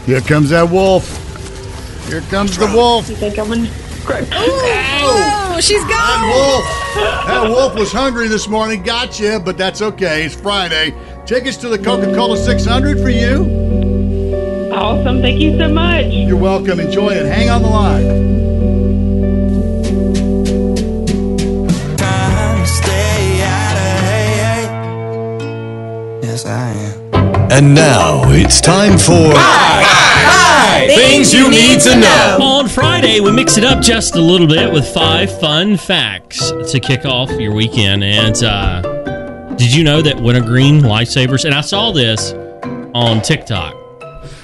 G: Here comes that wolf. Here comes the wolf.
N: You think I'm in?
C: Oh, she's gone.
G: That wolf. That wolf was hungry this morning. Gotcha, but that's okay. It's Friday. Tickets to the Coca Cola 600 for you.
N: awesome. Thank you so much.
G: You're welcome. Enjoy it. Hang on the line.
P: Yes, I am.
Q: And now it's time for Things you need to know.
B: On Friday, we mix it up just a little bit with five fun facts to kick off your weekend. And uh, did you know that wintergreen lifesavers? And I saw this on TikTok.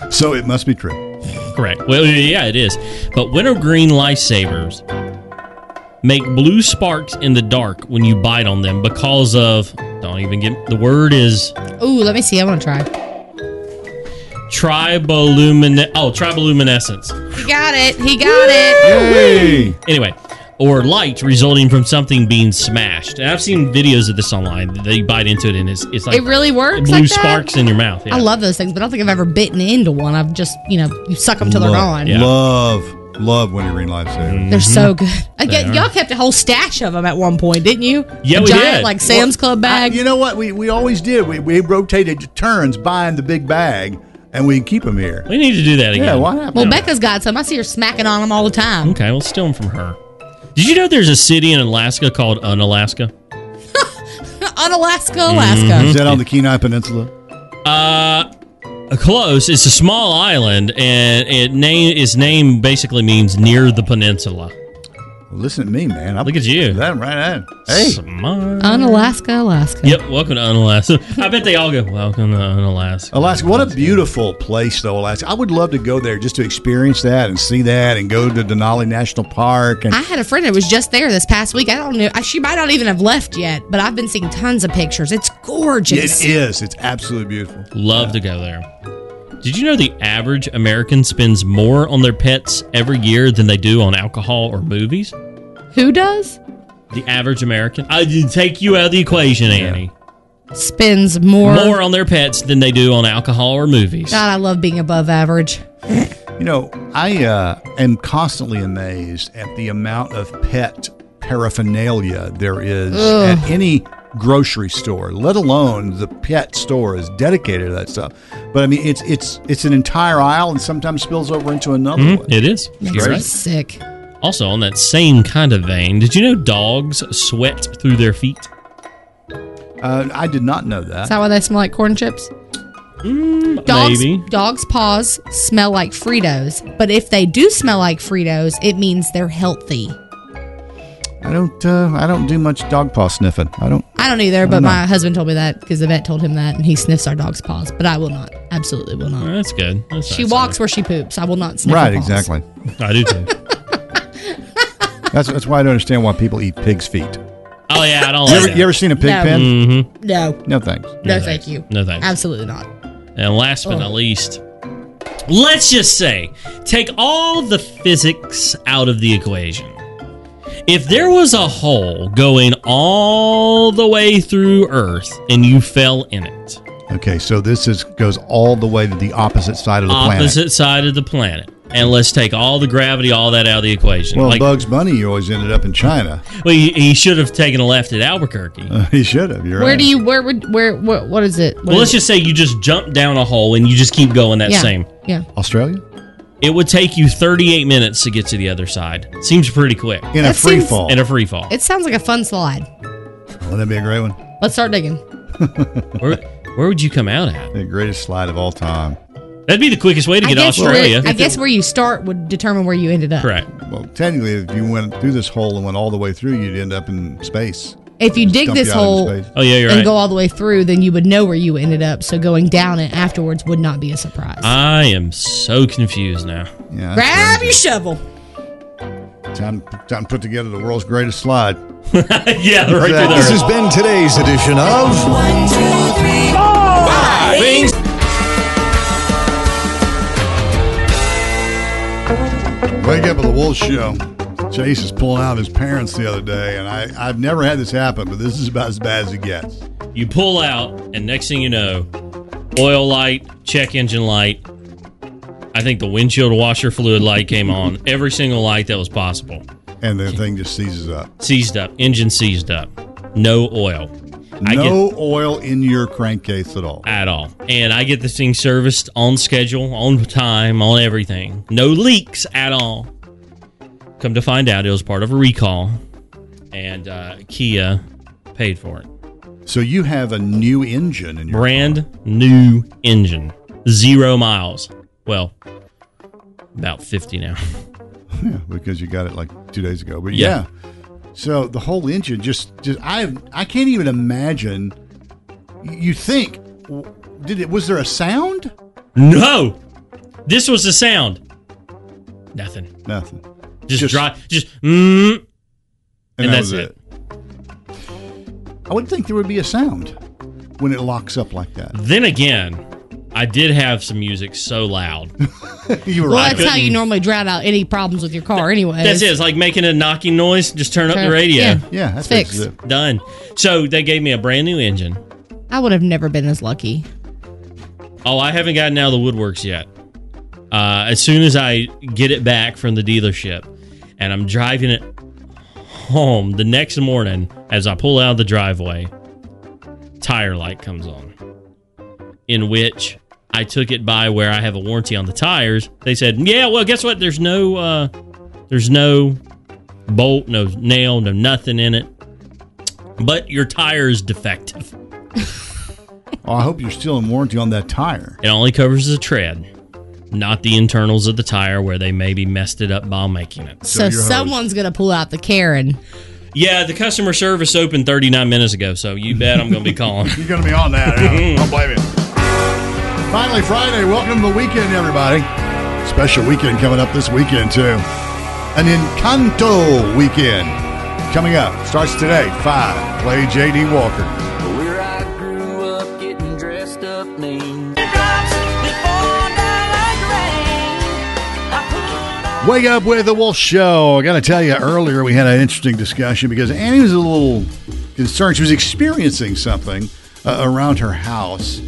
G: So it must be true.
B: Correct. Well, yeah, it is. But wintergreen lifesavers make blue sparks in the dark when you bite on them because of. Don't even get the word is
C: Ooh, let me see. I want to try.
B: tribolumin. Oh, triboluminescence.
C: He got it. He got it.
G: Hey.
B: Anyway, or light resulting from something being smashed. And I've seen videos of this online. They bite into it and it's, it's like
C: it really works.
B: blue
C: like that?
B: sparks in your mouth. Yeah.
C: I love those things, but I don't think I've ever bitten into one. I've just, you know, you suck them till they're
G: Love-
C: gone.
G: Love, love wintergreen lifesavers.
B: Mm-hmm.
C: They're so good. I get-
G: They are.
C: y'all kept a whole stash of them at one point, didn't you?
B: Yeah,
C: a
B: we
C: giant,
B: did.
C: like Sam's Club bag.
G: I- you know what? We, we always did. We, we rotated turns buying the big bag, and we keep them here.
B: We need to do that again.
G: Yeah, why not?
C: well, Becca's got some. I see her smacking on them all the time.
B: Okay, we'll steal them from her. Did you know there's a city in Alaska called uh, Unalaska?
C: on Alaska, Alaska.
G: Is
B: Mm-hmm.
G: that on the Kenai Peninsula?
B: Uh, close. It's a small island, and it name its name basically means near the peninsula.
G: Listen at me, man. I'm
B: Look at you.
G: that right at. Hey,
B: Smart.
C: On Alaska, Alaska.
B: Yep. Welcome to Unalaska. (laughs) I bet they all go. Welcome to Unalaska.
G: Alaska. What a beautiful place, though, Alaska. I would love to go there just to experience that and see that, and go to Denali National Park. And
C: I had a friend that was just there this past week. I don't know. She might not even have left yet, but I've been seeing tons of pictures. It's gorgeous.
G: it is. It's absolutely beautiful.
B: Love to go there. Did you know the average American spends more on their pets every year than they do on alcohol or movies?
C: Who does?
B: The average American. I did take you out of the equation, Annie.
C: Spends more.
B: More on their pets than they do on alcohol or movies.
C: God, I love being above average.
G: You know, I uh, am constantly amazed at the amount of pet paraphernalia there is
C: Ugh.
G: at any grocery store, let alone the pet store is dedicated to that stuff. But I mean, it's it's it's an entire aisle, and sometimes spills over into another
B: Mhm,
G: one.
B: It is.
C: Makes
B: You're
C: me
B: right. Uh.
C: sick.
B: Also, on that same kind of vein, did you know dogs sweat through their feet?
G: Uh, I did not know
C: Is
G: that.
C: that why they smell like corn chips? Dogs,
B: Mm, Maybe.
C: dogs' paws smell like Fritos, but if they do smell like Fritos, it means they're healthy.
G: I don't uh, I don't do much dog paw sniffing. I don't.
C: I don't either,
G: I
C: but
G: know.
C: my husband told me that because the vet told him that, and he sniffs our dog's paws. But I will not, absolutely will
B: Oh,
C: not.
B: that's good. That's
C: She
B: nice.
C: walks where she poops. I will not sniff. her
G: right,
C: paws.
G: exactly.
B: (laughs) I do
C: (laughs)
B: too.
G: That's that's why I don't understand why people eat pigs' feet.
B: oh yeah, I don't
G: You
B: like
G: ever,
B: that.
G: you ever seen a pig
C: No.
G: pen?
B: Mhm.
C: No,
G: No thanks.
C: no,
B: thanks.
C: thank you.
B: No thanks.
C: Absolutely not.
B: And last but
C: Oh.
B: not least, let's just say take all the physics out of the equation. If there was a hole going all the way through Earth and you fell in it,
G: Okay, so this is goes all the way to the opposite side of the
B: opposite
G: planet.
B: side of the planet, and let's take all the gravity, all that out of the equation.
G: Well,
B: like,
G: Bugs Bunny, you always ended up in China.
B: well, he, he should have taken a left at Albuquerque.
G: Uh, he should have. You're
C: Where
G: right.
C: do you? Where would? Where? What, what is it? What
B: well,
C: is
B: let's
C: it?
B: just say you just jump down a hole and you just keep going that
C: yeah.
B: same.
C: Yeah.
G: Australia
B: It would take you 38 minutes to get to the other side. Seems pretty quick.
G: in a
C: That
G: free
C: seems-
G: fall?
B: In a free fall.
C: It sounds like a fun slide.
G: Wouldn't that be a great one?
C: Let's start digging.
B: Where, where would you come out at?
G: The greatest slide of all time.
B: That'd be the quickest way to get to
C: guess
B: Australia.
C: Where, I guess where you start would determine where you ended up.
B: Correct.
G: Well, technically, if you went through this hole and went all the way through, you'd end up in space.
C: If you
G: Just
C: dig
G: dump
C: this
G: you out
C: hole
G: into
C: and
G: space.
B: Oh yeah, you're right.
C: go all the way through, then you would know where you ended up. So going down it afterwards would not be a surprise.
B: I am so confused now. (laughs)
G: Yeah, that's
C: Grab
G: crazy.
C: your shovel.
G: time. Time to put together the world's greatest slide.
B: yeah, right through
Q: This
B: there.
Q: has been today's edition of Things.
G: Wake up with the Wolf Show. Chase is pulling out his parents the other day, and I, I've never had this happen, but this is about as bad as it gets.
B: You pull out, and next thing you know, oil light, check engine light. I think the windshield washer fluid light came on. Every single light that was possible
G: And the thing just seizes up.
B: seized up. Engine seized up. No oil. I get
G: no oil in your crankcase at all.
B: at all. And I get this thing serviced on schedule, on time, on everything. No leaks at all. Come to find out, it was part of a recall, and uh, Kia paid for it.
G: So you have a new engine in your
B: brand new engine, zero miles. Well, about fifty now. (laughs)
G: Yeah, because you got it like two days ago. But yeah.
B: Yeah.
G: So the whole engine just just I I can't even imagine. You think w- did it? Was there a sound?
B: No, this was the sound. Nothing.
G: Nothing.
B: Just, dry. Just mm, and,
G: that
B: that's
G: was
B: it.
G: I would think there would be a sound when it locks up like that.
B: Then again, I did have some music so loud.
G: you were
C: Well,
B: right.
C: that's how you normally drown out any problems with your car, anyway.
B: That's it. It's like making a knocking noise. Just turn up the radio.
C: Yeah, Yeah, that fixes fixed.
B: Done. So they gave me a brand new engine.
C: I would have never been this lucky.
B: Oh, I haven't gotten out of the woodworks yet. Uh, as soon as I get it back from the dealership and I'm driving it home the next morning, as I pull out of the driveway, tire light comes on. In which I took it by where I have a warranty on the tires. They said, "Yeah, well, guess what? There's no, uh, there's no bolt, no nail, no nothing in it, but your tire is defective.
G: Oh, I hope you're still in warranty on that tire.
B: It only covers the tread, not the internals of the tire where they maybe messed it up while making it.
C: So, someone's gonna pull out the Karen.
B: Yeah, the customer service opened 39 minutes ago, so you bet I'm going to be calling.
G: You're gonna be on that. Adam. Don't blame it. Finally, Friday. Welcome to the weekend, everybody. Special weekend coming up this weekend too. An Encanto weekend coming up. Starts today. Five. Play J.D. Walker. Wake up with the Wolf Show. I got to tell you, earlier we had an interesting discussion because Annie was a little concerned. She was experiencing something uh, around her house,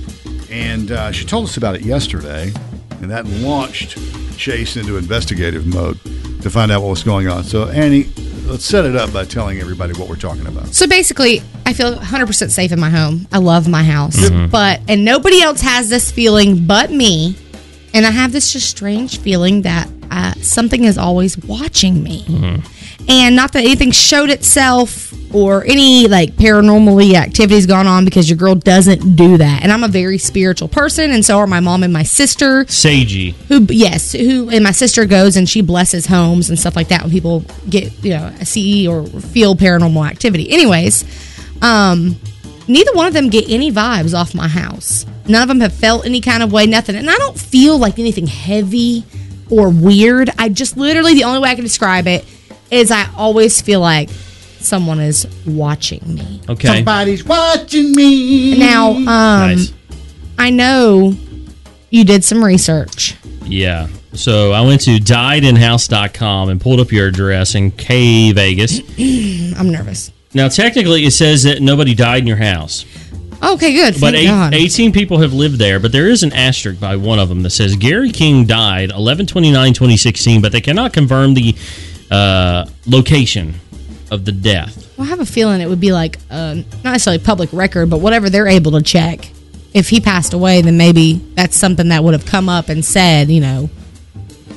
G: and uh, she told us about it yesterday, and that launched Chase into investigative mode to find out what was going on. So, Annie, let's set it up by telling everybody what we're talking about.
C: So basically, I feel 100% safe in my home. I love my house.
G: Mhm.
C: But, and nobody else has this feeling but me. And I have this just strange feeling that uh, something is always watching me. And not that anything showed itself or any like paranormally activities gone on because your girl doesn't do that. And I'm a very spiritual person, and so are my mom and my sister
B: Sagey.
C: who yes who and my sister goes and she blesses homes and stuff like that when people get you know a ce or feel paranormal activity anyways um neither one of them get any vibes off my house none of them have felt any kind of way nothing and i don't feel like anything heavy or weird i just literally the only way i can describe it is i always feel like someone is watching me
B: Okay.
G: Somebody's watching me.
C: now um
B: Nice.
C: i know you did some research
B: Yeah. So I went to diedinhouse.com and pulled up your address in K Vegas.
C: i'm nervous
B: Now, technically, it says that nobody died in your house,
C: Okay, good.
B: but
C: Thank
B: eight,
C: God.
B: 18 people have lived there. But there is an asterisk by one of them that says Gary King died 11 2016, but they cannot confirm the uh, location of the death.
C: Well, I have a feeling it would be like um, not necessarily public record, but whatever they're able to check. If he passed away, then maybe that's something that would have come up and said, you know,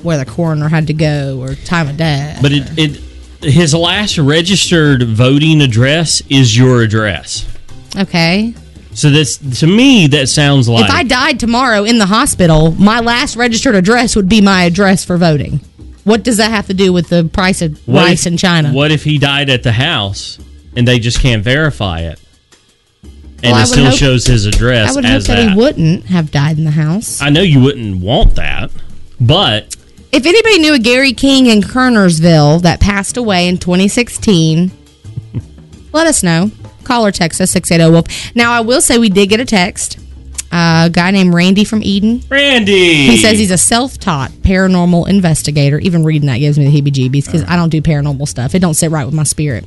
C: where the coroner had to go or time of death.
B: But it, it his last registered voting address is your address.
C: Okay.
B: So this to me that sounds like
C: if I died tomorrow in the hospital, my last registered address would be my address for voting. What does that have to do with the price of
B: What
C: rice
B: if-
C: in China?
B: What if he died at the house and they just can't verify it? And
C: Well, I
B: it
C: would
B: still
C: hope-
B: shows his address
C: I would hope
B: as
C: that,
B: that.
C: he wouldn't have died in the house.
B: I know you wouldn't want that, but
C: If anybody knew a Gary King in Kernersville that passed away in 2016, let us know. Call or text us oh, 680 Wolf. Now, I will say we did get a text. Uh, a guy named Randy from Eden.
B: Randy.
C: He says he's a self taught paranormal investigator. Even reading that gives me the heebie jeebies because I don't do paranormal stuff. It don't sit right with my spirit.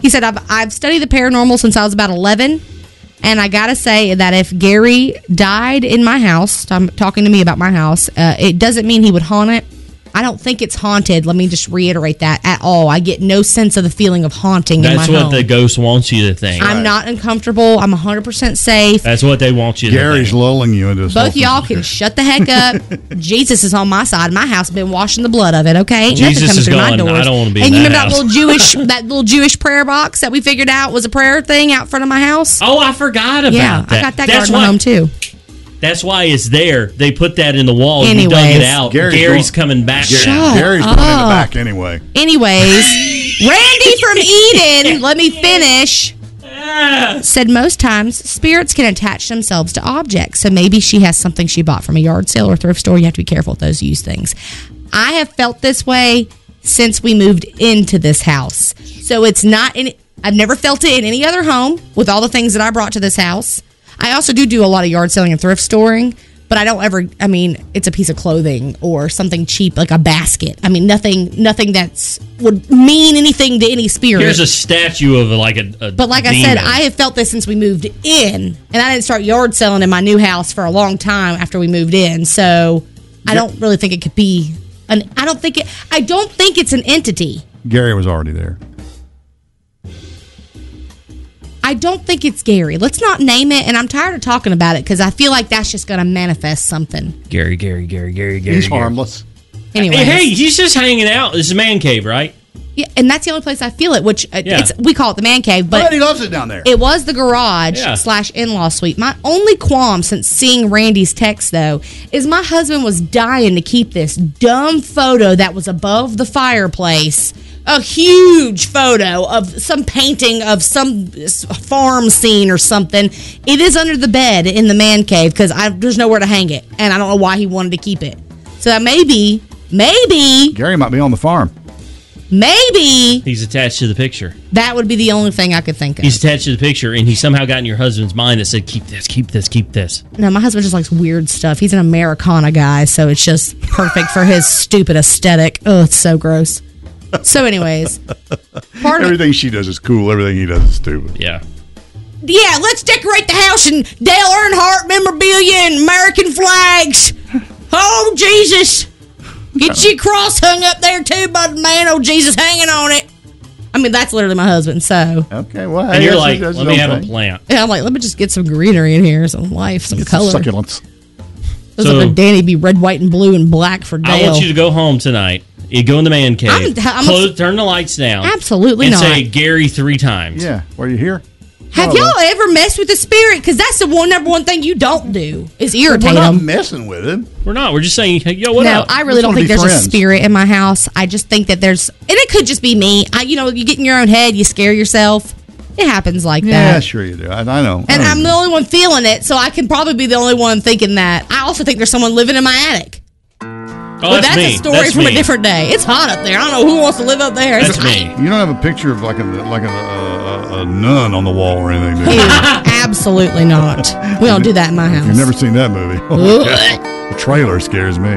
C: He said, I've, I've studied the paranormal since I was about 11. And I got to say that if Gary died in my house, I'm talking to me about my house, uh, it doesn't mean he would haunt it. I don't think it's haunted. Let me just reiterate that at all. I get no sense of the feeling of haunting
B: That's
C: in my
B: what
C: home.
B: the ghost wants you to think.
C: I'm not uncomfortable. I'm 100% safe.
B: That's what they want you.
G: Gary's lulling you into this. whole
C: Both y'all can shut the
B: (laughs)
C: heck up. Jesus is on my side. My house been washing the blood of it. Okay, Ain't
B: Jesus
C: nothing coming
B: is
C: through my
B: gone.
C: doors.
B: I don't wanna be
C: And
B: in
C: you
B: that
C: remember
B: house.
C: that little Jewish
B: (laughs)
C: that little Jewish prayer box that we figured out was a prayer thing out front of my house.
B: Oh, I forgot about
C: yeah,
B: that.
C: I got that
B: That's
C: garden
B: why-
C: home too.
B: That's why it's there. They put that in the wall. and You dug it
C: Anyways.
B: out.
G: Gary's
B: Gary's,
G: going-
B: coming back.
G: Gary-
B: now.
G: Gary's going in the
C: up.
G: back anyway.
B: (laughs)
C: Anyways, Randy from Eden, let me finish. Said most times spirits can attach themselves to objects, so maybe she has something she bought from a yard sale or thrift store. You have to be careful with those used things. I have felt this way since we moved into this house, so it's not in. I've never felt it in any other home with all the things that I brought to this house. I also do do a lot of yard selling and thrift storing, but I don't ever. I mean, it's a piece of clothing or something cheap like a basket. I mean, nothing, nothing that's would mean anything to any spirit.
B: Here's a statue of like a. a
C: But like I said, I have felt this since we moved in, and I didn't start yard selling in my new house for a long time after we moved in. So I don't really think it could be an. I don't think it. I don't think it's an entity.
G: Gary was already there.
C: I don't think it's Gary. Let's not name it. And I'm tired of talking about it because I feel like that's just going to manifest something.
B: Gary, Gary, Gary, Gary, Gary.
G: He's
B: Gary.
G: harmless.
C: Anyway,
B: Hey, he's just hanging out. This is man cave, right?
C: yeah, and that's the only place I feel it. Which uh,
B: Yeah.
C: it's we call it the man cave, but
G: Everybody loves it down there.
C: It was the garage
B: Yeah.
C: slash in law suite. My only qualm since seeing Randy's text, though, is my husband was dying to keep this dumb photo that was above the fireplace. A huge photo of some painting of some s- farm scene or something. It is under the bed in the man cave because there's nowhere to hang it, and I don't know why he wanted to keep it. So that maybe, maybe,
G: Gary might be on the farm.
C: maybe
B: He's attached to the picture.
C: that would be the only thing I could think of.
B: He's attached to the picture, and he somehow got in your husband's mind that said, "Keep this, keep this, keep this."
C: No, my husband just likes weird stuff. He's an Americana guy, so it's just perfect for his stupid aesthetic. Oh, it's so gross. So, anyways, part of
G: Everything she does is cool. Everything he does is stupid.
B: Yeah.
C: yeah, let's decorate the house in Dale Earnhardt memorabilia and American flags. Oh Jesus, get your cross hung up there too by the man. Oh Jesus, hanging on it. I mean, that's literally my husband. So,
G: Okay, well,
B: and
G: hey,
B: you're
G: that's-
B: like,
G: that's
B: "Let me
G: his
B: have
G: own
B: a
G: thing.
B: plant."
C: yeah, I'm like, let me just get some greenery in here, some life, some
G: It's
C: color.
G: Succulents.
C: Those
B: So-
C: so, Danny be red, white, and blue and black for Dale.
B: I want you to go home tonight. You go in the man cave.
C: I'm- I'm-
B: close, turn the lights down.
C: Absolutely
B: and
C: not.
B: say Gary three times.
G: Yeah. Were you here?
C: Have
G: Well,
C: y'all ever messed with the spirit? Because that's the one number one thing you don't do is
G: We're
C: irritate
G: not
C: them.
G: messing with him.
B: We're not. We're just saying, hey, yo, what
C: No,
B: up?
C: I really don't
G: wanna
C: think
G: be
C: there's
G: friends.
C: a spirit in my house. I just think that there's, and it could just be me. I, you know, you get in your own head, you scare yourself. It happens like
G: Yeah,
C: that.
G: sure Hmm. you do. I, I know.
C: And
G: I
C: I'm the only one feeling it, so I can probably be the only one thinking that. I also think there's someone living in my attic.
B: oh,
C: but that's
B: me.
C: a story
B: That's
C: from
B: me.
C: a different day. It's hot up there. I don't know who wants to live up there. It's
B: That's me.
G: You don't have a picture of like a like a, a, a nun on the wall or anything. Do
C: Ew,
G: you?
B: (laughs)
C: absolutely not. We don't do that in my house.
G: You've never seen that movie. (laughs) the trailer scares me.